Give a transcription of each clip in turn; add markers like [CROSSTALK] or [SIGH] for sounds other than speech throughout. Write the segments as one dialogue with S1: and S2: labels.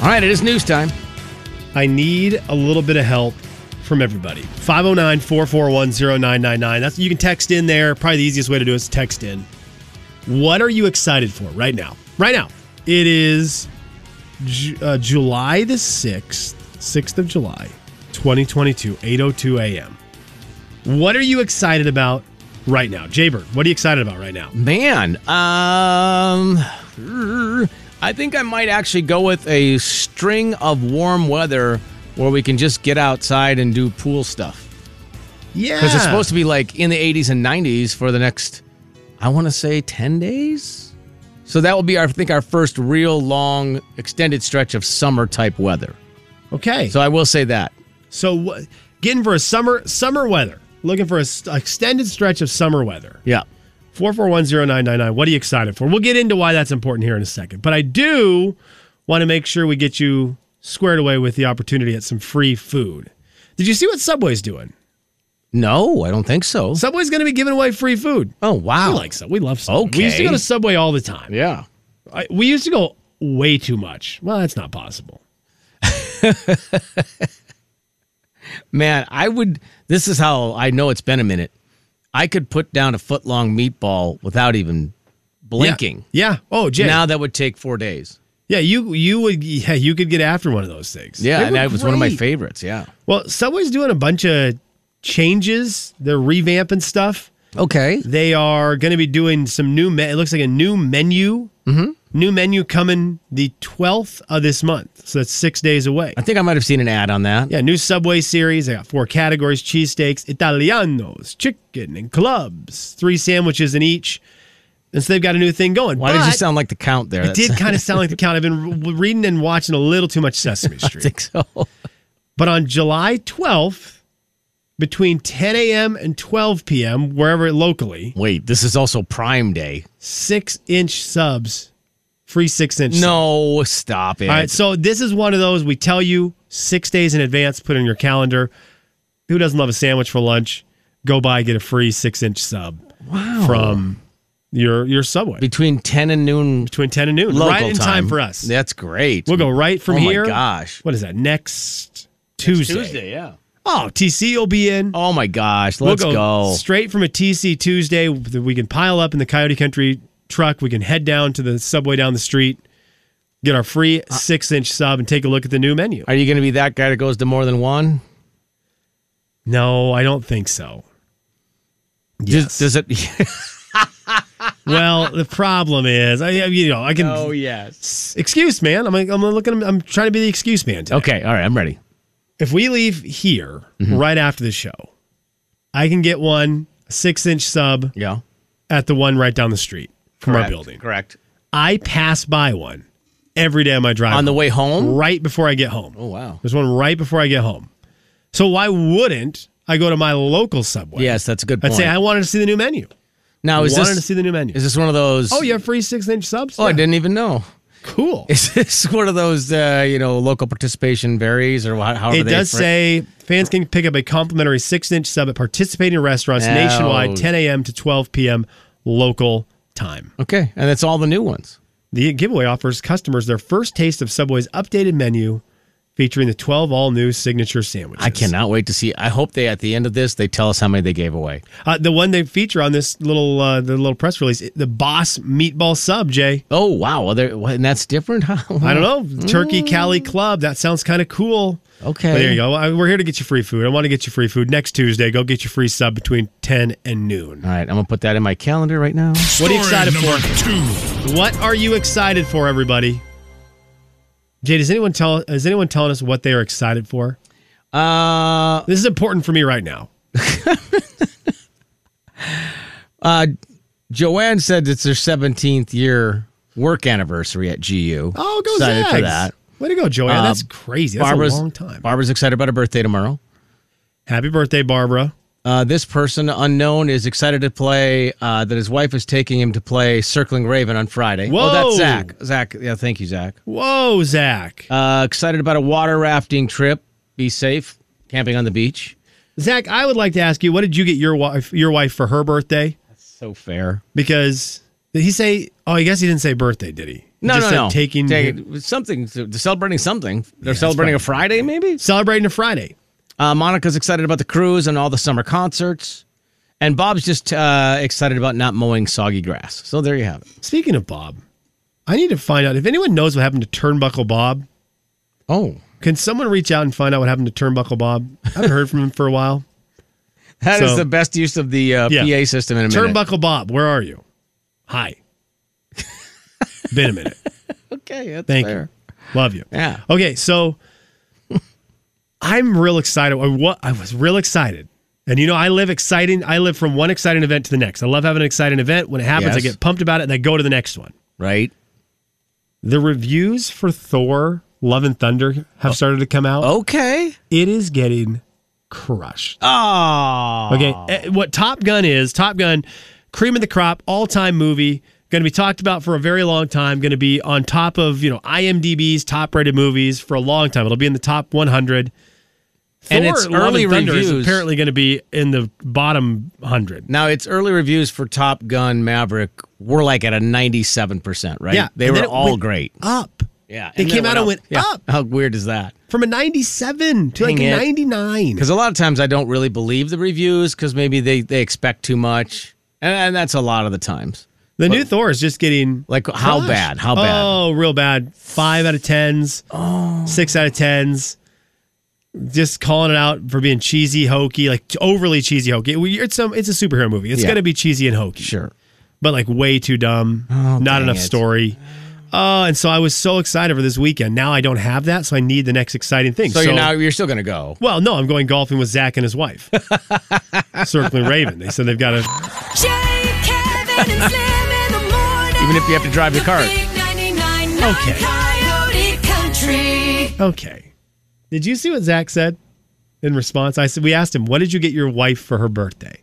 S1: All right, it is news time.
S2: I need a little bit of help from everybody. 509-441-0999. That's you can text in there. Probably the easiest way to do it is text in. What are you excited for right now? Right now. It is Ju- uh, July the 6th, 6th of July, 2022, 8:02 a.m. What are you excited about right now? Jaybird, what are you excited about right now?
S1: Man, um, er, I think I might actually go with a string of warm weather where we can just get outside and do pool stuff.
S2: Yeah.
S1: Because it's supposed to be like in the 80s and 90s for the next, I want to say 10 days. So that will be, our, I think, our first real long extended stretch of summer type weather.
S2: Okay.
S1: So I will say that.
S2: So wh- getting for a summer summer weather, looking for a s- extended stretch of summer weather.
S1: Yeah.
S2: Four four one zero nine nine nine. What are you excited for? We'll get into why that's important here in a second, but I do want to make sure we get you squared away with the opportunity at some free food. Did you see what Subway's doing?
S1: No, I don't think so.
S2: Subway's going to be giving away free food.
S1: Oh, wow.
S2: We like Subway. We love Subway. We used to
S1: Okay.
S2: go to Subway all the time.
S1: yeah.
S2: I, we used to go way too much. Well, that's not possible.
S1: Man, I would. This is how I know it's been a minute. I could put down a foot long meatball without even blinking.
S2: Yeah. yeah. Oh, Jay.
S1: Now that would take four days.
S2: yeah, you you would yeah, you could get after one of those things.
S1: Yeah,
S2: They
S1: and
S2: were
S1: that was one of my
S2: great.
S1: favorites. Yeah.
S2: Well, Subway's doing a bunch of changes. They're revamping stuff.
S1: Okay.
S2: They are going to be doing some new. Me- it looks like a new menu. Mm-hmm. New menu coming the twelfth of this month. So that's six days away.
S1: I think I might have seen an ad on that.
S2: Yeah, new Subway series. They got four categories: cheesesteaks, Italianos, chicken, and clubs. Three sandwiches in each. And so they've got a new thing going.
S1: Why did you
S2: But
S1: sound like the count there? [LAUGHS]
S2: It did kind of sound like the count. I've been re- reading and watching a little too much
S1: [LAUGHS]
S2: Sesame Street.
S1: think so.
S2: But on July 12th, between 10 a.m. and 12 p.m., wherever locally,
S1: Wait, this is also Prime Day.
S2: six inch subs, free six inch. subs.
S1: No, stop it.
S2: All right. So this is one of those we tell you six days in advance, put in your calendar. Who doesn't love a sandwich for lunch? Go by, get a free six inch sub
S1: wow.
S2: from your your subway
S1: between ten and noon,
S2: between 10 and noon.
S1: local
S2: right in time for us.
S1: That's great.
S2: We'll go right from
S1: Oh my
S2: here.
S1: gosh.
S2: What is that? Next Tuesday.
S1: yeah.
S2: Oh, TC will be in.
S1: Oh my gosh, let's
S2: we'll go,
S1: go.
S2: straight from a TC Tuesday that we can pile up in the Coyote Country truck. We can head down to the subway down the street, get our free
S1: Uh,
S2: six inch sub, and take a look at the new menu.
S1: Are you going to be that guy that goes to more than one?
S2: No, I don't
S1: [LAUGHS]
S2: think so.
S1: Does, does it? [LAUGHS]
S2: Well, the problem is, I I- you know I can
S1: Oh, yes.
S2: excuse man. I'm like, I'm looking. I'm trying to be the excuse man. Today.
S1: Okay. Mm-hmm. All right. I'm ready.
S2: If we leave here right after the show, I can get one six inch sub
S1: Yeah.
S2: at the one right down the street from our building.
S1: Correct.
S2: I pass by one every day on my drive
S1: On the way home.
S2: right before I get home.
S1: Mm. Oh wow.
S2: There's one right before I get home. So why wouldn't I go to my local Subway?
S1: Yes, that's a good
S2: I'd
S1: point.
S2: say I wanted to see the new menu.
S1: now
S2: I
S1: is
S2: wanted
S1: this
S2: to see the new menu.
S1: is this one of those?
S2: oh, you have free six-inch subs?
S1: Oh, I
S2: Yeah.
S1: didn't even know. [LAUGHS]
S2: Cool.
S1: Is this one of those? Uh, you know, local participation varies, or how? how
S2: It does say fans can pick up a complimentary six-inch sub at participating restaurants
S1: Oh.
S2: nationwide, 10 a.m. to 12 p.m. local time.
S1: Okay, and that's all the new ones.
S2: The giveaway offers customers their first taste of Subway's updated menu, featuring the 12 all-new signature sandwiches.
S1: I cannot wait to see. I hope they at the end of this they tell us how many they gave away.
S2: Uh, the one they feature on this little uh, the little press release, it- the Boss Meatball Sub, Jay.
S1: Oh wow, well, there- what- and that's different. [LAUGHS] I
S2: I don't know Turkey Cali Club. That sounds kind of cool.
S1: Okay.
S2: But there you go. I, we're here to get you free food. I want to get you free food next Tuesday. Go get your free sub between ten and noon.
S1: All right, I'm gonna put that in my calendar right now.
S2: What are you
S3: Story
S2: excited
S3: number
S2: for?
S3: two.
S2: What are you excited for, everybody? Jay, does anyone tell? Is anyone telling us what they are excited for?
S1: Uh,
S2: This is important for me right now.
S1: Joanne said it's their 17th year work anniversary at GU.
S2: Oh, go
S1: excited for
S2: Zags.
S1: that.
S2: Way to go, Joanne.
S1: Uh,
S2: That's crazy. That's a long time.
S1: Barbara's excited about her birthday tomorrow.
S2: Happy birthday, Barbara.
S1: Uh, this person unknown is excited to play. Uh, that his wife is taking him to play Circling Raven on Friday. Oh,
S2: Whoa.
S1: that's Zach. Zach, yeah, thank you, Zach.
S2: Whoa, Zach.
S1: Uh, excited about a water rafting trip. Be safe. Camping on the beach.
S2: Zach, I would like to ask you, what did you get your wife your wife for her birthday?
S1: So fair.
S2: Because did he say? Oh, I guess he didn't say birthday, did he?
S1: No,
S2: Just
S1: no,
S2: said
S1: no.
S2: Taking
S1: Take- something. They're celebrating something. They're celebrating a Friday, maybe.
S2: celebrating a Friday.
S1: Uh, Monica's excited about the cruise and all the summer concerts, and Bob's just uh, excited about not mowing soggy grass. So there you have it.
S2: Speaking of Bob, I need to find out if anyone knows what happened to Turnbuckle Bob.
S1: Oh,
S2: Can someone reach out and find out what happened to Turnbuckle Bob? I haven't heard from him for a while.
S1: that is
S2: So-
S1: the best use of the uh,
S2: Yeah.
S1: PA system in a [LAUGHS] minute.
S2: Turnbuckle Bob, where are you? Hi. [LAUGHS] Been a minute.
S1: Okay, that's
S2: Thank
S1: fair.
S2: you. Love you.
S1: Yeah.
S2: Okay, so I'm real excited. I wa- I was real excited. And you know, I live exciting. I live from one exciting event to the next. I love having an exciting event. When it happens, I
S1: Yes.
S2: get pumped about it and I go to the next one.
S1: Right.
S2: The reviews for Thor Love and Thunder have started to come out.
S1: Okay.
S2: It is getting crushed.
S1: Oh.
S2: Okay, eh, what Top Gun is, Top Gun, cream of the crop, all time movie, going to be talked about for a very long time, going to be on top of, you know, IMDb's top rated movies for a long time. It'll be in the top 100.
S1: And
S2: Thor,
S1: its
S2: Love
S1: early
S2: Thunder
S1: reviews-
S2: is apparently going to be in the bottom 100.
S1: Now its early reviews for Top Gun Maverick were like at a ninety-seven percent, right?
S2: Yeah,
S1: they
S2: and then
S1: were
S2: it
S1: all
S2: went
S1: great.
S2: Up.
S1: Yeah,
S2: They
S1: and then
S2: came
S1: it
S2: out and went
S1: Yeah.
S2: up.
S1: How weird is that?
S2: From a 97 to like
S1: Dang
S2: a
S1: it.
S2: 99.
S1: Because a lot of times I don't really believe the reviews because maybe they they expect too much, and, and that's a lot of the times.
S2: The new Thor is just getting
S1: Like, how
S2: crushed.
S1: bad? How bad? Oh.
S2: Oh, real bad. Five out of tens. Six out of tens. Just calling it out for being cheesy, hokey, like overly cheesy, hokey. We- It's some. It's a superhero movie. It's
S1: Yeah.
S2: gonna be cheesy and hokey,
S1: Sure. Oh,
S2: but like way too dumb. not
S1: dang
S2: enough
S1: it.
S2: story. Oh, and so I was so excited for this weekend. Now I don't have that, so I need the next exciting thing.
S1: So, you're now you're still gonna go.
S2: Well, no, I'm going golfing with Zach and
S1: [LAUGHS]
S2: his wife, circling Raven. They said they've got a
S3: Jay, Kevin, and Slim in the morning.
S1: Even if you have to drive your car.
S3: The big 99.9
S2: Okay.
S3: Coyote Country.
S2: Okay. Did you see what Zach said in response? I said we asked him, "What did you get your wife for her birthday?"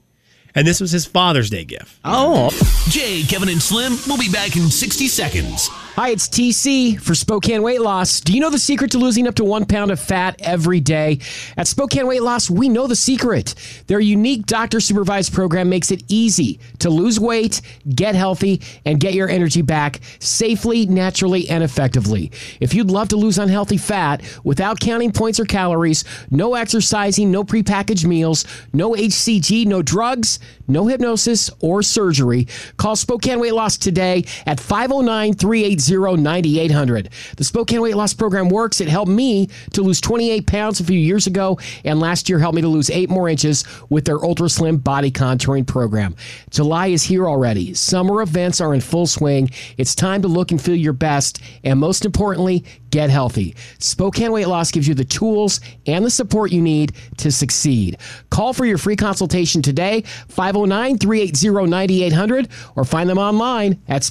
S2: And this was his Father's Day gift.
S1: Oh,
S4: Jay, Kevin, and Slim will be back in 60 seconds.
S5: Hi, it's TC for Spokane Weight Loss. Do you know the secret to losing up to one pound of fat every day? At Spokane Weight Loss, we know the secret. Their unique doctor supervised program makes it easy to lose weight, get healthy, and get your energy back safely, naturally, and effectively. If you'd love to lose unhealthy fat without counting points or calories, no exercising, no prepackaged meals, no HCG, no drugs, no hypnosis or surgery. Call Spokane Weight Loss today at 509 380 9800. The Spokane Weight Loss Program works. It helped me to lose 28 pounds a few years ago, and last year helped me to lose eight more inches with their Ultra Slim Body Contouring Program. July is here already. Summer events are in full swing. It's time to look and feel your best, and most importantly, get healthy. Spokane Weight Loss gives you the tools and the support you need to succeed. Call for your free consultation today, 509 380 9800, or find them online at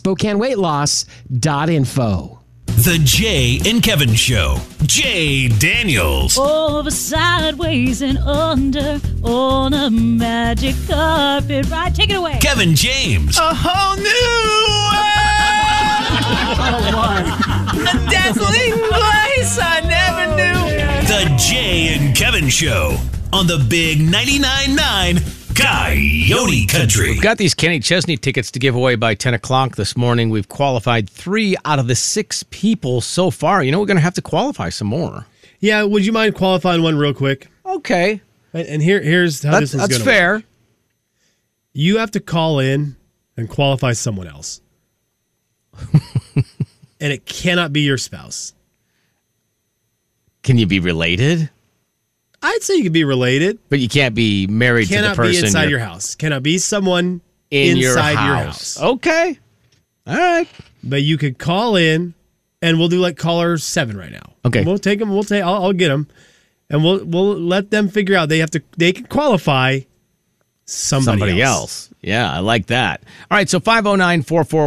S5: SpokaneWeightLoss.info.
S4: The Jay and Kevin Show. Jay Daniels.
S6: Over, sideways, and under on a magic carpet ride. Take it away.
S4: Kevin James.
S7: a whole new world. a dazzling place I never knew.
S4: The Jay and Kevin Show on the Big 99.9 9 Coyote Country.
S1: got these Kenny Chesney tickets to give away by ten o'clock this morning. We've qualified three out of the six people so far. You know we're gonna have to qualify some more.
S2: Yeah, would you mind qualifying one real quick?
S1: Okay,
S2: And, and here, here's how
S1: that's,
S2: this is
S1: that's
S2: gonna
S1: fair.
S2: work. You have to call in and qualify
S1: [LAUGHS]
S2: someone else, and it cannot be your spouse.
S1: Can you be related?
S2: I'd say you could be related.
S1: But you can't be married to the
S2: Cannot
S1: person
S2: be inside
S1: you're-
S2: your house. Cannot be someone
S1: in
S2: inside
S1: your house.
S2: your house.
S1: Okay. All right.
S2: But you could call in, and we'll do like caller seven right now.
S1: Okay.
S2: we'll take them. We'll take. I'll, I'll get them, and we'll we'll let them figure out. They have to. They can qualify somebody,
S1: Somebody else. Yeah, I like that. All right, so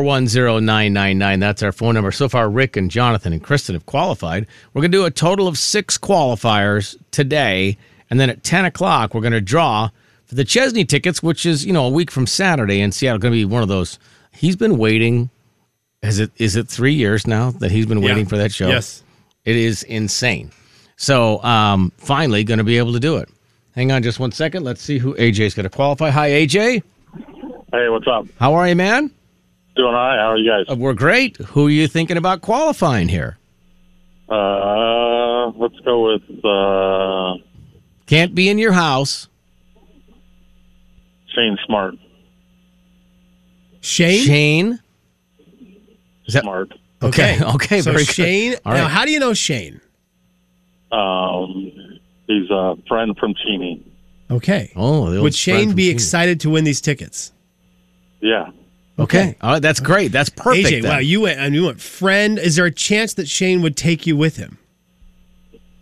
S1: 509-441-0999. That's our phone number. So far, Rick and Jonathan and Kristen have qualified. We're going to do a total of six qualifiers today. And then at 10 o'clock, we're going to draw for the Chesney tickets, which is, you know, a week from Saturday in Seattle. Going to be one of those. He's been waiting. Is it is it three years now that he's been
S2: Yeah.
S1: waiting for that show?
S2: Yes.
S1: It is insane. So um, finally, going to be able to do it. Hang on just one second. Let's see who AJ's going to qualify. Hi, AJ.
S8: Hey, what's up?
S1: How are you, man?
S8: Doing all right. How are you guys?
S1: Uh, We're great. Who are you thinking about qualifying here?
S8: Uh, let's go with uh,
S1: Can't be in your house.
S8: Shane Smart.
S2: Shane.
S1: Shane. Is that
S8: Smart.
S1: okay? [LAUGHS] Okay,
S2: so
S1: very
S2: Shane.
S1: good. All
S2: Now,
S1: right.
S2: how do you know Shane?
S8: Um, he's a friend from Cheney.
S2: Okay.
S1: Oh, the old
S2: Would
S1: friend
S2: Shane
S1: from
S2: be
S1: Phoenix.
S2: excited to win these tickets?
S8: Yeah.
S1: Okay. All right. Oh, That's great. That's perfect.
S2: AJ,
S1: then.
S2: wow, you went and you went friend. Is there a chance that Shane would take you with him?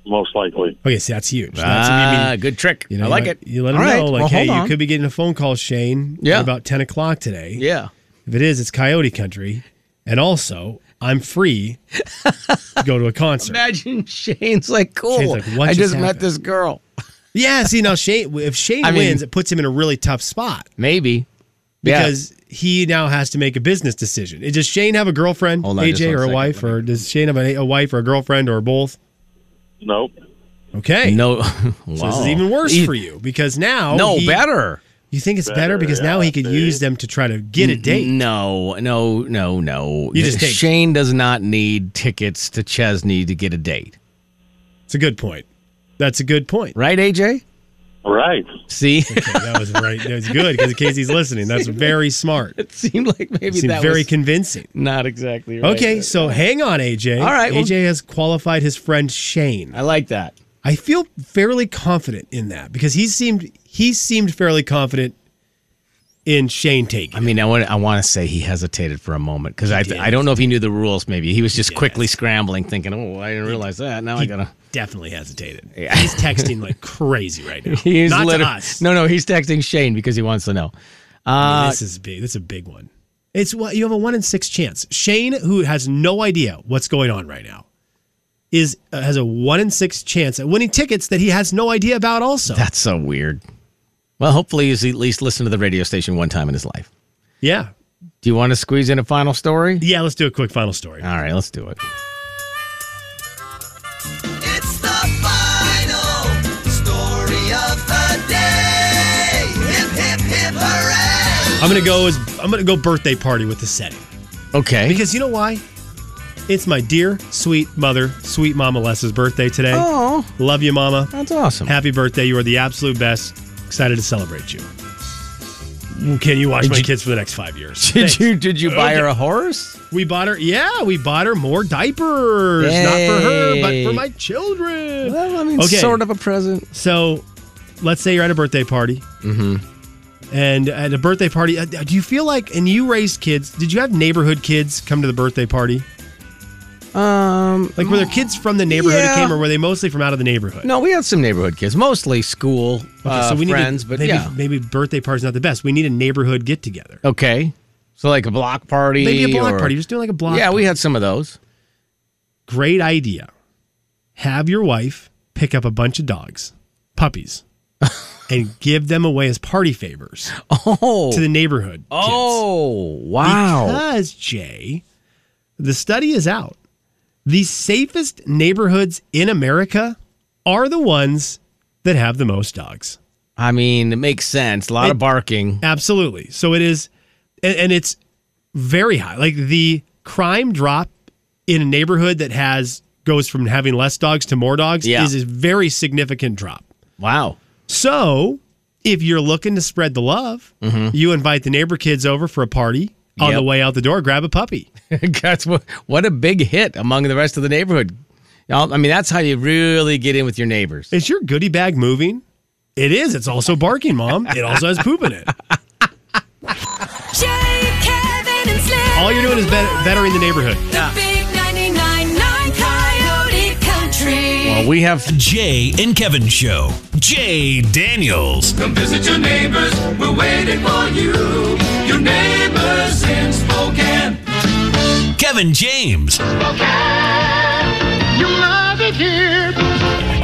S8: Most likely.
S2: Okay, so that's huge. That's, I
S1: Ah,
S2: mean,
S1: good trick.
S2: you know,
S1: I
S2: you
S1: like
S2: let-
S1: it.
S2: You let him
S1: All right,
S2: know, like,
S1: well, hold
S2: hey, you
S1: on.
S2: could be getting a phone call, Shane,
S1: Yeah.
S2: at about 10 o'clock today.
S1: [LAUGHS] Yeah.
S2: If it is, it's Coyote Country. And also, I'm free to go to
S1: [LAUGHS]
S2: a concert.
S1: Imagine Shane's like, cool.
S2: Shane's like, what
S1: I
S2: just
S1: just met
S2: happened?
S1: this girl.
S2: Yeah, see, now, Shane, if Shane
S1: I mean-
S2: wins, it puts him in a really tough spot
S1: Maybe. Yeah.
S2: because he now has to make a business decision. Does Shane have a girlfriend,
S1: Hold on just
S2: AJ,
S1: one
S2: or a
S1: second.
S2: wife? Or does Shane have a, a wife or a girlfriend or both?
S8: Nope.
S2: Okay.
S1: no. [LAUGHS]
S2: So
S1: wow.
S2: this is even worse
S1: E-
S2: for you because now
S1: No,
S2: he-
S1: better.
S2: You think it's better,
S8: Better,
S2: because now
S8: yeah,
S2: he could
S8: see?
S2: use them to try to get a date.
S1: Mm, No, no, no, no.
S2: You just take-
S1: Shane does not need tickets to Chesney to get a date.
S2: It's a good point. That's a good point.
S1: Right, AJ?
S8: Right.
S1: See? [LAUGHS]
S2: Okay, that was right. That was good because in case he's listening, that's very
S1: [LAUGHS]
S2: smart. It
S1: it seemed like maybe
S2: seemed
S1: that
S2: very
S1: was
S2: convincing.
S1: not exactly right.
S2: Okay, so hang on, AJ.
S1: All right, well-
S2: AJ has qualified his friend Shane.
S1: I like that.
S2: I feel fairly confident in that because he seemed he seemed fairly confident in Shane taking.
S1: I mean, I want I want to say he hesitated for a moment because I I don't know if he knew the rules. Maybe he was just quickly scrambling, thinking, "Oh, I didn't realize that." Now I gotta.
S2: definitely hesitated. He's texting like crazy right now.
S1: [LAUGHS] He's
S2: Not
S1: liter-
S2: to us.
S1: No, no, he's texting Shane because he wants to know.
S2: I mean, this is big. This is a big one. It's what you have a one in six chance. Shane, who has no idea what's going on right now, is uh, has a one in six chance at winning tickets that he has no idea about. Also,
S1: That's so weird. Well, hopefully he's at least listened to the radio station one time in his life.
S2: yeah,
S1: Do you want to squeeze in a final story?
S2: yeah. Let's do a quick final story.
S1: All right, let's do it.
S7: It's the final story of the day. Hip, hip, hip, hooray.
S2: I'm gonna go as I'm gonna go birthday party with the setting
S1: Okay.
S2: because you know why? It's my dear sweet mother, sweet Mama Les's birthday today.
S1: oh,
S2: Love you, Mama.
S1: that's awesome.
S2: Happy birthday! You are the absolute best. Excited to celebrate you. Can you watch my kids for the next five years?
S1: Did
S2: Thanks.
S1: you did you buy her a horse?
S2: We bought her, yeah, we bought her more diapers. Not for her, but for
S1: Yay.
S2: my children.
S1: Well, I mean,
S2: Okay.
S1: sort of a present.
S2: So, let's say you're at a birthday party. Mm-hmm. And at a birthday party, uh, do you feel like, and you raised kids, did you have neighborhood kids come to the birthday party?
S1: Um,
S2: Like, were there kids from the neighborhood
S1: Yeah.
S2: who came, or were they mostly from out of the neighborhood?
S1: no, we had some neighborhood kids, mostly school uh, friends, but
S2: maybe,
S1: yeah.
S2: maybe birthday party's not the best. We need a neighborhood get together.
S1: Okay. So like a block party.
S2: Maybe a block
S1: or-
S2: party. Just do like a block
S1: yeah, we had some of those.
S2: [LAUGHS] great idea. Have your wife pick up a bunch of dogs,
S1: [LAUGHS]
S2: puppies, and give them away as party favors
S1: Oh.
S2: to the neighborhood. kids.
S1: oh, wow.
S2: Because, Jay, the study is out. The safest neighborhoods in America are the ones that have the most dogs.
S1: I mean, it makes sense. A lot of barking.
S2: Absolutely. So it is, and, and it's very high. Like the crime drop in a neighborhood that has goes from having less dogs to more dogs
S1: Yeah.
S2: is a very significant drop.
S1: Wow. [LAUGHS]
S2: So if you're looking to spread the love, you invite the neighbor kids over for a party. On the
S1: Mm-hmm. Yep.
S2: way out the door, grab a puppy.
S1: That's what, what a big hit among the rest of the neighborhood. Y'all- I mean, that's how you really get in with your neighbors.
S2: Is your goodie bag moving? It is. It's also barking, mom. It also has
S9: [LAUGHS]
S2: poop in it.
S3: Jay, Kevin, and Slim.
S2: All you're doing is bet- bettering the neighborhood.
S3: The big 99.9 Coyote Country.
S1: Well, we have
S4: Jay and Kevin Show. Jay Daniels.
S10: Come visit your neighbors. We're waiting for you. Your neighbors in Spokane.
S4: Kevin James.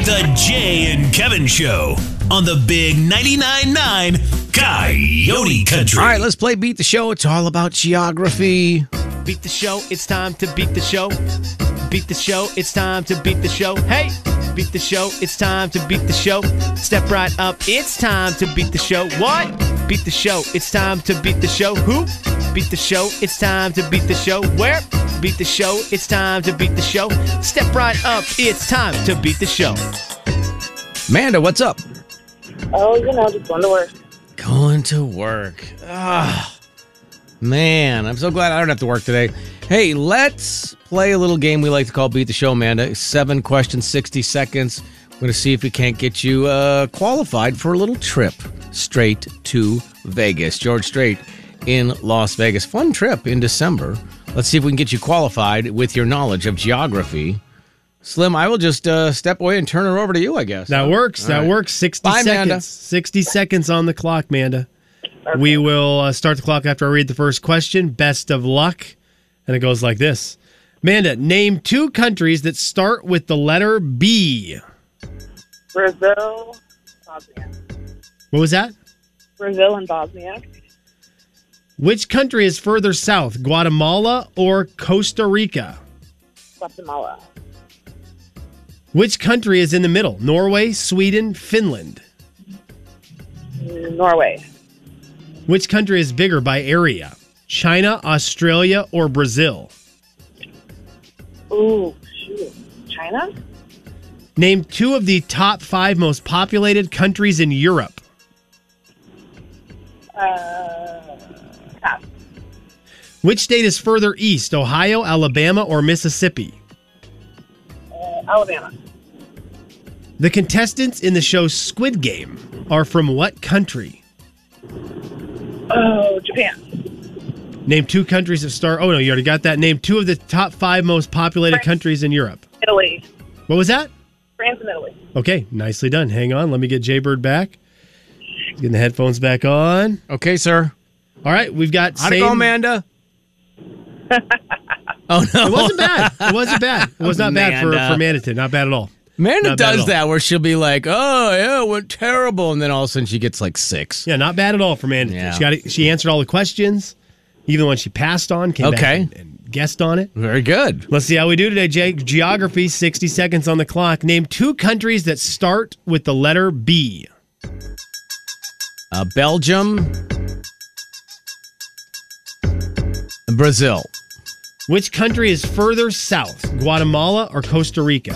S4: The Jay and Kevin Show on the Big 99.9 9 Coyote Country.
S1: All right, let's play Beat the Show. It's all about geography.
S2: Beat the show. It's time to beat the show.
S9: beat the show. It's time to beat the show. Hey, beat the show. It's time to beat the show. Step right up. It's time to beat the show. What? Beat the show. It's time to beat the show. Who? Beat the show. It's time to beat the show. Where? Beat the show. It's time to beat the show. Step right up. It's time to beat the show.
S1: Amanda, what's up?
S11: Oh, you know, just going to work.
S1: Going to work. Ah, man, I'm so glad I don't have to work today. Hey, let's play a little game we like to call Beat the Show, Amanda. Seven questions, 60 seconds. We're going to see if we can't get you uh, qualified for a little trip straight to Vegas. George Strait in Las Vegas. Fun trip in December. Let's see if we can get you qualified with your knowledge of geography. Slim, I will just uh, step away and turn her over to you, I guess.
S2: That works.
S1: All
S2: that
S1: right.
S2: works. 60
S1: Bye,
S2: seconds.
S1: Amanda.
S2: 60 seconds on the clock, Manda. We will uh, start the clock after I read the first question. Best of luck. And it goes like this Manda, name two countries that start with the letter B.
S11: Brazil, Bosnia.
S2: What was that?
S11: Brazil and Bosnia.
S2: Which country is further south, Guatemala or Costa Rica?
S11: Guatemala.
S2: Which country is in the middle, Norway, Sweden, Finland?
S11: Norway.
S2: Which country is bigger by area, China, Australia, or Brazil?
S11: Ooh, shoot. China?
S2: Name two of the top five most populated countries in Europe.
S11: Uh, pass.
S2: Which state is further east, Ohio, Alabama, or Mississippi?
S11: Uh, Alabama.
S2: The contestants in the show Squid Game are from what country?
S11: Oh, Japan.
S2: Name two countries that star. Oh, no, you already got that. Name two of the top five most populated countries in Europe.
S11: Italy.
S2: What was that?
S11: France and Italy.
S2: Okay, nicely done. Hang on. Let me get Jaybird back. He's getting the headphones back on.
S1: Okay, sir.
S2: All right, we've got.
S1: How'd it go,
S2: same-
S1: Amanda? oh, no.
S2: It wasn't bad. It wasn't bad. It was not bad for,
S1: Amanda.
S2: for Manitou. Not bad at all.
S1: Amanda
S2: Not bad at
S1: does
S2: all.
S1: that where she'll be like, "Oh yeah, it went terrible," and then all of a sudden she gets like six.
S2: Yeah, not bad at all for Manitou.
S1: Yeah.
S2: She got it, she answered all the questions, even the ones she passed on, came back
S1: Okay.
S2: and, and guessed on it.
S1: Very good.
S2: Let's see how we do today, Jake. Geography, 60 seconds on the clock. Name two countries that start with the letter B.
S1: Uh, Belgium, Brazil,
S2: Which country is further south, Guatemala or Costa Rica?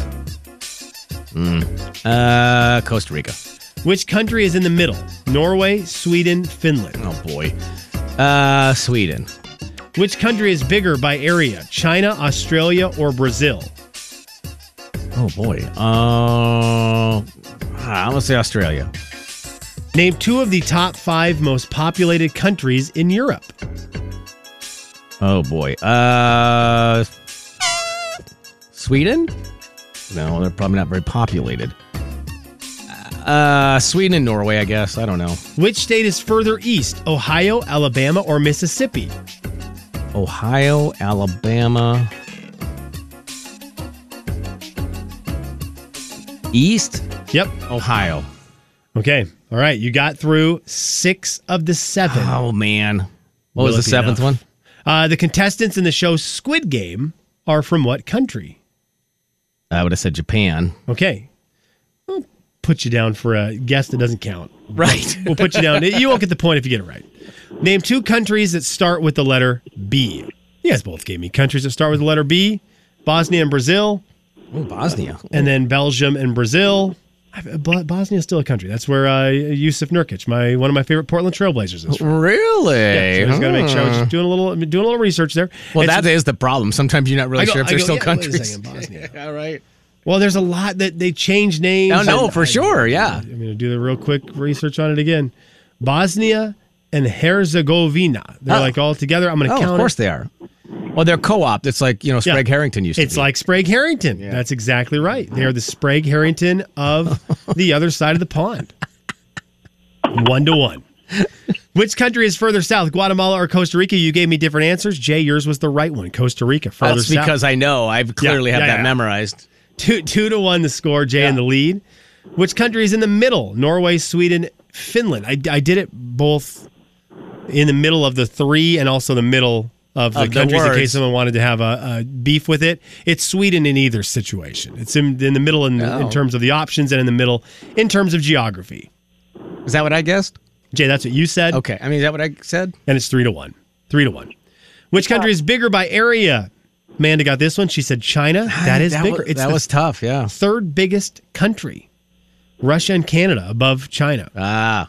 S1: uh, Costa Rica.
S2: Which country is in the middle, Norway, Sweden, Finland?
S1: Oh boy, uh, Sweden,
S2: Which country is bigger by area, China, Australia, or Brazil?
S1: Oh boy. Uh, I'm gonna say Australia.
S2: Name two of the top five most populated countries in Europe.
S1: Oh boy. Uh, Sweden? No, they're probably not very populated. Uh, Sweden and Norway, I guess. I don't know.
S2: Which state is further east, Ohio, Alabama, or Mississippi?
S1: Ohio, Alabama. East?
S2: Yep.
S1: Ohio.
S2: Okay. All right. You got through six of the
S1: [SIGHS]
S2: seven.
S1: Oh, man. What
S2: Will
S1: was
S2: it
S1: the
S2: be
S1: seventh
S2: enough?
S1: one?
S2: Uh, the contestants in the show Squid Game are from what country?
S1: I would have said Japan.
S2: Okay. We'll put you down for a guess that doesn't count.
S1: [LAUGHS] Right.
S2: We'll put you down. [LAUGHS] you won't get the point if you get it right. Name two countries that start with the letter B. You guys both gave me countries that start with the letter B Bosnia and Brazil,
S1: Ooh, Oh,
S2: [LAUGHS]
S1: Bosnia.
S2: and then Belgium and Brazil. I- Bo- Bosnia is still a country. That's where uh, Yusuf Nurkic, my one of my favorite Portland Trailblazers, is from.
S1: Really?
S2: Yeah, so I just got to make sure. I was just doing a little, doing a little research there.
S1: Well,
S2: It's-
S1: that is the problem. Sometimes you're not really
S2: I go-
S1: sure if
S2: I
S1: they're
S2: go,
S1: still
S2: "Yeah, wait a
S1: countries.
S2: second, Bosnia."
S1: yeah, right.
S2: Well, there's a lot that they change names.
S1: Oh, no,
S2: and
S1: for
S2: I-
S1: sure, yeah.
S2: I'm gonna do the real quick research on it again. Bosnia and Herzegovina. They're
S1: Oh.
S2: like all together. I'm gonna
S1: Oh,
S2: count.
S1: of course they are. Well, they're co-op. It's like you know,
S2: Yeah.
S1: Sprague Harrington used to.
S2: It's like Sprague Harrington. That's exactly right. They are the Sprague Harrington
S1: [LAUGHS]
S2: of the other side of the pond. One to one. Which country is further south, Guatemala or Costa Rica? You gave me different answers. Jay, yours was the right one. Costa Rica. Further
S1: that's
S2: south.
S1: because I know I've clearly have
S2: yeah,
S1: that
S2: yeah.
S1: memorized.
S2: Two two to one the score. Jay in the lead. Which country is in the middle? Norway, Sweden, Finland. I, I did it both in the middle of the three and also the middle of the
S1: Of the
S2: countries in case
S1: words.
S2: someone wanted to have a, a beef with it. It's Sweden in either situation. It's in, in the middle in,
S1: Oh.
S2: in terms of the options and in the middle in terms of geography.
S1: Is that what I guessed?
S2: Jay, that's what you said.
S1: Okay. I mean, is that what I said?
S2: And it's three to one. Three to one. Which country is bigger by area? Amanda got this one. She said China. That is
S1: That wa-
S2: bigger.
S1: that was tough. Yeah.
S2: Third biggest country. Russia and Canada above China.
S1: Ah.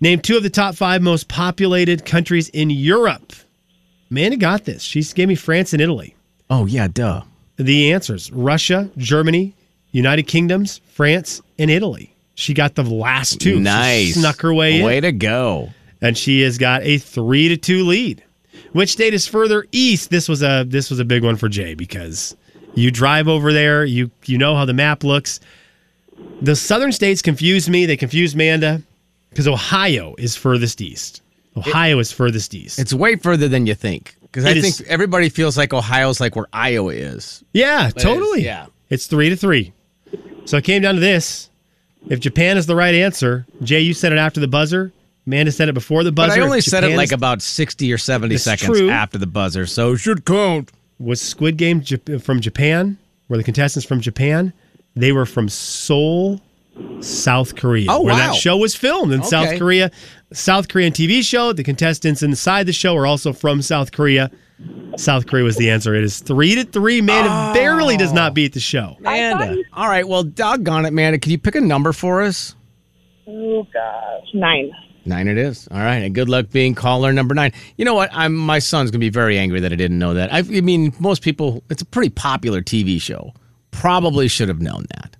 S2: Name two of the top five most populated countries in Europe. Amanda got this. She gave me France and Italy.
S1: Oh yeah, duh.
S2: The answers Russia, Germany, United Kingdoms, France, and Italy. She got the last two. She
S1: Nice.
S2: snuck her way in.
S1: Way to go.
S2: and she has got a three to two lead. Which state is further east? This was a this was a big one for Jay because you drive over there, you you know how the map looks. The southern states confuse me. They confuse Manda because Ohio is furthest east. Ohio is furthest east.
S1: It's way further than you think. Because I
S2: It
S1: think
S2: is-
S1: everybody feels like Ohio's like where Iowa is.
S2: Yeah,
S1: But
S2: totally.
S1: it's- yeah.
S2: It's three to three. So it came down to this. If Japan is the right answer, Jay, you said it after the buzzer. Amanda said it before the
S1: But
S2: buzzer.
S1: I
S2: If
S1: only said
S2: Japan
S1: it
S2: is-
S1: like about 60 or 70
S2: It's
S1: seconds
S2: true.
S1: after the buzzer, so it should count.
S2: was Squid Game Jap- from Japan, where the contestants from Japan, they were from Seoul, South Korea,
S1: Oh,
S2: where
S1: wow.
S2: that show was filmed in South
S1: Okay.
S2: Korea. South Korean TV show. The contestants inside the show are also from South Korea. South Korea was the answer. It is three to three. Man,
S1: Oh.
S2: it barely does not beat the show.
S1: Amanda. uh, All right, well, doggone it, Amanda. Can you pick a number for us?
S11: Oh gosh, nine.
S1: Nine it is. All right, and good luck being caller number nine. You know what? I'm my son's gonna be very angry that I didn't know that. I, I mean, most people. It's a pretty popular TV show. Probably should have known that.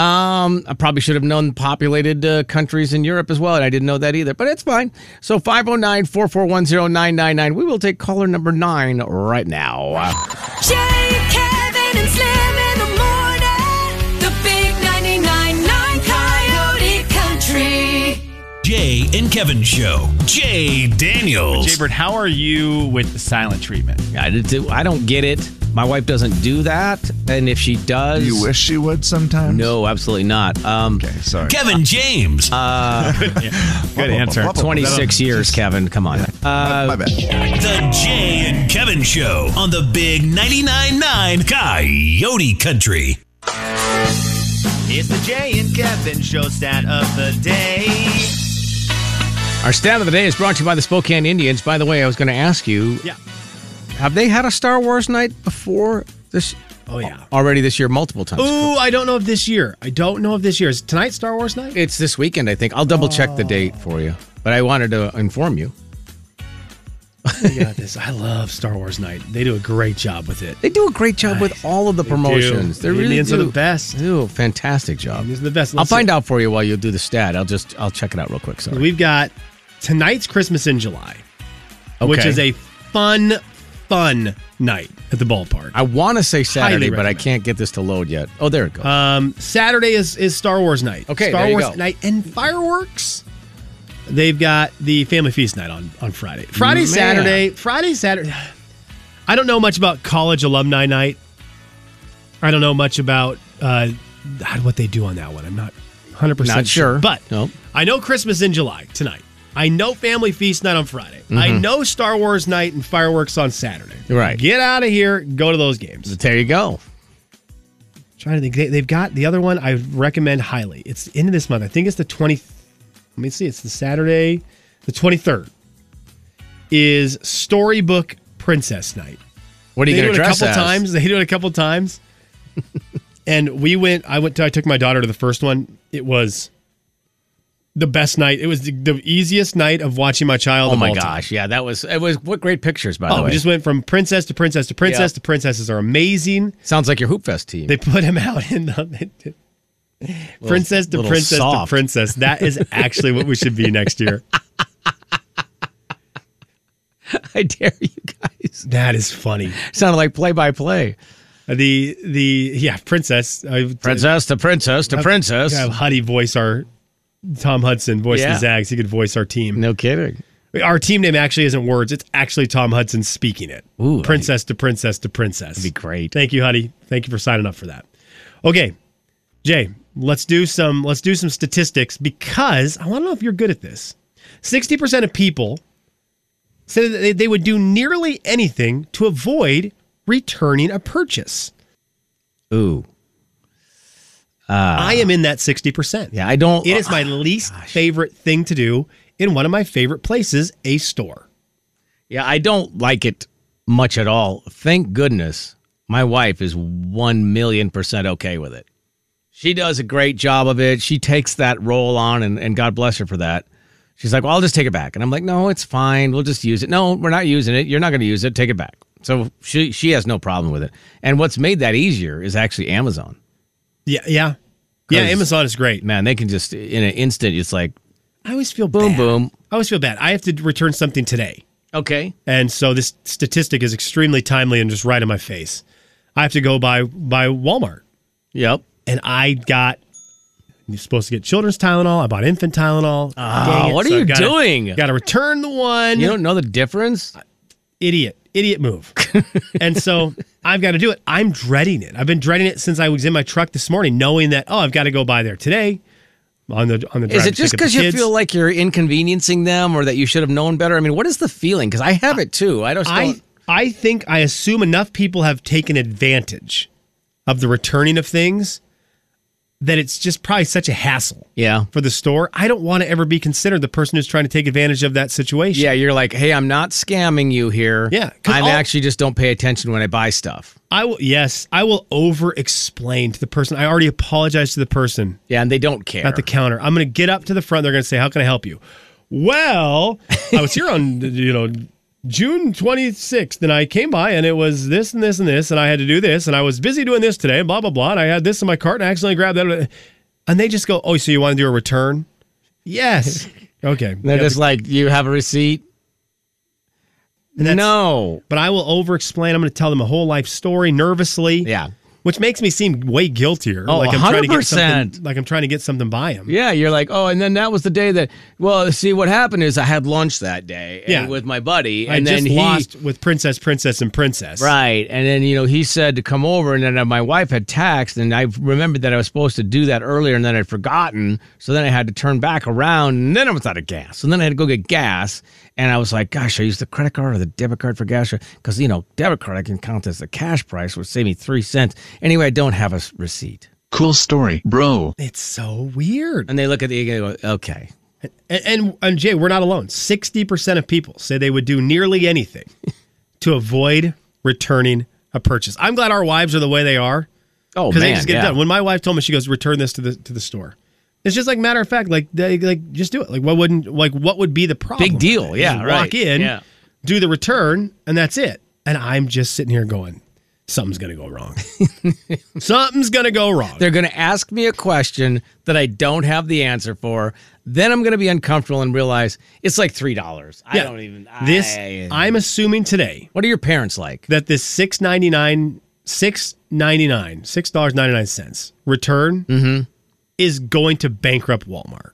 S1: Um, I probably should have known populated uh, countries in Europe as well, and I didn't know that either. But it's fine. So 509-441-0999. We will take caller number nine right now. Uh,
S3: Jay, Kevin, and Slim in the morning. The big 99.9 Coyote Country.
S4: Jay and Kevin Show. Jay Daniels.
S1: Jay
S4: Bird, how are you with the silent treatment?
S1: I did too. I don't get it. My wife doesn't do that, and if she does,
S12: You wish she would sometimes?
S1: No, absolutely not. Um, okay, sorry.
S4: Kevin James.
S1: Uh,
S4: Good answer.
S1: [LAUGHS] 26 years, Kevin. Come on. Uh, my bad.
S4: The Jay and Kevin Show on the Big 99.9 Coyote Country.
S9: It's the Jay and Kevin show stat of the day.
S1: Our stat of the day is brought to you by the Spokane Indians. By the way, I was going to ask you.
S2: Yeah.
S1: Have they had a Star Wars night before this?
S2: Oh yeah.
S1: Already this year, multiple times.
S2: Ooh, I don't know if this year. I don't know if this year is tonight Star
S1: [LAUGHS]
S2: Wars night.
S1: It's this weekend, I think. I'll double check the date for you, but I wanted to inform you.
S2: We got Oh this. I love Star Wars night. They do a great job with it.
S1: They do a great job with all of the promotions.
S2: The
S1: They really
S2: Indians are the
S1: do.
S2: best.
S1: They do a fantastic job.
S2: These are the best.
S1: I'll
S2: Listen,
S1: find out for you while you do the stat. I'll just I'll check it out real quick. Sorry.
S2: We've got tonight's Christmas in July, which
S1: Okay.
S2: is a fun, fun night at the ballpark.
S1: I want to say Saturday, but I
S2: recommend.
S1: can't get this to load yet. Oh, there it goes.
S2: Um, Saturday is is Star Wars night.
S1: Okay,
S2: Star
S1: there you
S2: Wars
S1: go.
S2: night and fireworks. They've got the family feast night on on Friday. Friday,
S1: Man.
S2: Saturday, Friday, Saturday. I don't know much about college alumni night. I don't know much about uh, God, what they do on that one. I'm not 100
S1: Not
S2: percent
S1: sure.
S2: but
S1: Nope.
S2: I know Christmas in July tonight. I know family feast night on Friday. I
S1: Mhm.
S2: know Star Wars night and fireworks on Saturday.
S1: Right.
S2: Get out of here. Go to those games.
S1: There you go.
S2: Trying to think, they, they've got the other one I recommend highly. It's the end of this month. I think it's the 20. Let me see. It's the Saturday, the 23rd. Is Storybook Princess Night.
S1: What are you
S2: They
S1: gonna
S2: do it
S1: dress
S2: a couple
S1: as?
S2: times? They do it a
S1: [LAUGHS]
S2: couple times. and we went. I went. To, I took my daughter to the first one. It was the best night. It was the, the easiest night of watching my child.
S1: Oh
S2: of
S1: my
S2: all time.
S1: gosh! Yeah, that was it. Was what great pictures by the
S2: Oh,
S1: way.
S2: we just went from princess to princess to princess.
S1: Yeah.
S2: The princesses are amazing.
S1: Sounds like your hoop fest team.
S2: They put him out in the princess to
S1: little
S2: princess
S1: soft.
S2: to princess. That is actually what we should be
S1: [LAUGHS]
S2: next year.
S1: [LAUGHS] I dare you guys.
S2: That is funny.
S1: Sounded like play by play.
S2: The the yeah princess I,
S1: Princess to princess to
S2: I-
S1: princess.
S2: Have Huddy voice our Tom Hudson voice
S1: Yeah.
S2: the Zags. He could voice our team.
S1: No kidding.
S2: Our team name actually isn't words. It's actually Tom Hudson speaking it.
S1: Ooh,
S2: princess to princess to princess. That'd be
S1: great.
S2: Thank you, Huddy. Thank you for signing up for that. Okay, Jay, let's do some let's do some statistics because I want to know if you're good at this. Sixty percent of people said that they- they would do nearly anything to avoid returning a purchase.
S1: Ooh.
S2: I am in that 60%.
S1: Yeah, I don't. uh,
S2: It is my least favorite thing to do in one of my favorite places, a store.
S1: Yeah, I don't like it much at all. Thank goodness my wife is 1 million percent okay with it. She does a great job of it. She takes that role on, and, and God bless her for that. She's like, Well, I'll just take it back. And I'm like, No, it's fine. We'll just use it. No, we're not using it. You're not going to use it. Take it back. So she, she has no problem with it. And what's made that easier is actually Amazon.
S2: Yeah, yeah. Yeah, Amazon is great.
S1: Man, they can just, in an instant, it's like,
S2: I always feel
S1: boom,
S2: bad.
S1: boom.
S2: I always feel bad. I have to return something today.
S1: Okay.
S2: And so this statistic is extremely timely and just right in my face. I have to go by by Walmart.
S1: Yep.
S2: And I got you're supposed to get children's Tylenol. I bought infant Tylenol. Dang it.
S1: Ah, what are
S2: So I
S1: you
S2: gotta-
S1: doing?
S2: Gotta return the one.
S1: You don't know the difference?
S2: idiot,
S1: [LAUGHS]
S2: idiot move. and so I've got to do it. I'm dreading it. I've been dreading it since I was in my truck this morning, knowing that oh, I've got to go by there today. On the on the drive
S1: Is it just
S2: to pick up the
S1: because you
S2: kids.
S1: feel like you're inconveniencing them or that you should have known better? I mean, what is the feeling? Because I have it too. I don't.
S2: I I think I assume enough people have taken advantage of the returning of things that it's just probably such a hassle
S1: yeah.
S2: for the store. I don't want to ever be considered the person who's trying to take advantage of that situation.
S1: Yeah. You're like, hey, I'm not scamming you here.
S2: Yeah, 'cause
S1: I'm
S2: all-
S1: actually just don't pay attention when I buy stuff.
S2: I will yes, I will over explain to the person. I already apologized to the person
S1: Yeah. And they don't care.
S2: at the counter. I'm going to get up to the front. They're going to say, "How can I help you?" Well, I was here on [LAUGHS] you know June 26th, and I came by, and it was this and this and this, and I had to do this, and I was busy doing this today, and blah blah blah. And I had this in my cart, and I accidentally grabbed that, and they just go, "Oh, so you want to do a return?"
S1: [LAUGHS]
S2: Yes. Okay.
S1: They're
S2: Yeah,
S1: just like, you have a receipt?
S2: And that's-
S1: No.
S2: But I will over explain. I'm going to tell them a whole life story nervously.
S1: Yeah.
S2: Which makes me seem way guiltier.
S1: Oh,
S2: like I'm trying to get
S1: 100%.
S2: something. Like I'm trying to get something by them.
S1: Yeah, you're like, oh, and then that was the day that. Well, see, what happened is I had lunch that day, and
S2: Yeah.
S1: with my buddy,
S2: I
S1: and then
S2: just
S1: he
S2: lost with princess, princess, and princess.
S1: Right. And then, you know, he said to come over, and then uh, my wife had taxed, and I remembered that I was supposed to do that earlier, and then I'd forgotten. So then I had to turn back around, and then I was out of gas. And then I had to go get gas, and I was like, gosh, I used the credit card or the debit card for gas? Because, you know, debit card I can count as the cash price, which saved me three cents. Anyway, I don't have a s- receipt.
S12: Cool story, bro.
S2: It's so weird.
S1: And they look at the, they go, okay.
S2: And, and and Jay, we're not alone. Sixty percent of people say they would do
S1: [LAUGHS]
S2: nearly anything to avoid returning a purchase. I'm glad our wives are the way they are.
S1: Oh,
S2: because they
S1: man,
S2: just get it
S1: yeah.
S2: done. When my wife told me, she goes, "Return this to the to the store." It's just like matter of fact, like they, like just do it. Like what wouldn't like what would be the problem?
S1: Big deal,
S2: Just
S1: yeah,
S2: walk
S1: right,
S2: in,
S1: yeah.
S2: do the return, and that's it. And I'm just sitting here going, something's gonna go
S1: [LAUGHS]
S2: wrong. something's gonna go wrong.
S1: They're going to ask me a question that I don't have the answer for. Then I'm going to be uncomfortable and realize it's like $3. I
S2: Yeah.
S1: don't even.
S2: This
S1: I-
S2: I'm assuming today
S1: What are your parents like?
S2: that this six ninety nine six ninety nine six dollars ninety nine cents return is going to bankrupt Walmart.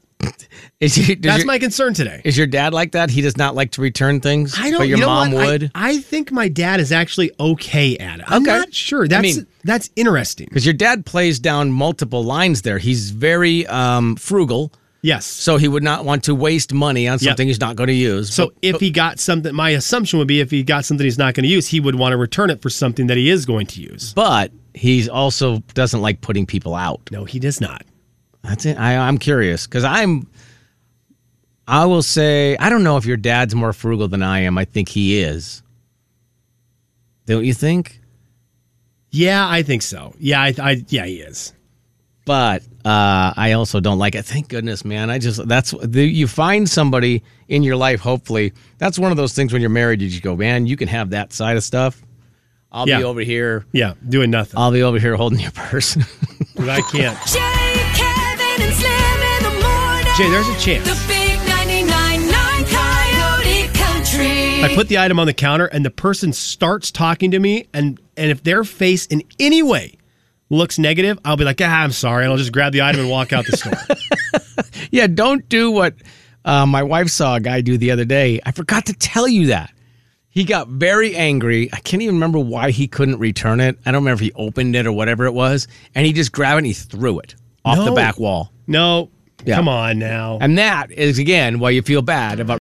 S1: Is he, does
S2: That's
S1: your,
S2: my concern today.
S1: is your dad like that? He does not like to return things.
S2: I don't.
S1: But your
S2: you know
S1: mom
S2: what? I-
S1: would
S2: I, think my dad is actually okay at it. I'm
S1: Okay.
S2: not sure. That's
S1: mean-
S2: that's interesting.
S1: because your dad plays down multiple lines there. He's very um, frugal,
S2: Yes.
S1: so he would not want to waste money on
S2: Yep.
S1: something he's not going to use.
S2: So if he got something, my assumption would be if he got something he's not going to use, he would want to return it for something that he is going to use.
S1: but he's also doesn't like putting people out.
S2: No, he does not.
S1: That's it. I, I'm curious because I'm. I will say I don't know if your dad's more frugal than I am. I think he is. Don't you think?
S2: Yeah, I think so. Yeah, I, I yeah he is.
S1: but uh, I also don't like it. Thank goodness, man. I just that's the, you find somebody in your life. Hopefully, that's one of those things when you're married. You just go, man. You can have that side of stuff. I'll
S2: Yeah.
S1: be over here.
S2: Yeah, doing nothing.
S1: I'll be over here holding your [LAUGHS] purse.
S2: But I can't.
S3: Jay, Kevin, and Slim in the morning.
S2: Jay, there's a chance.
S3: The big 99.9 Coyote Country.
S2: I put the item on the counter and the person starts talking to me and and if their face in any way looks negative, I'll be like, ah, I'm sorry, and I'll just grab the item and walk out the store.
S1: yeah, don't do what uh, my wife saw a guy do the other day. I forgot to tell you that. He got very angry. I can't even remember why he couldn't return it. I don't remember if he opened it or whatever it was, and he just grabbed it and he threw it off the
S2: No.
S1: back wall.
S2: No,
S1: Yeah.
S2: come on now.
S1: And that is again why you feel bad about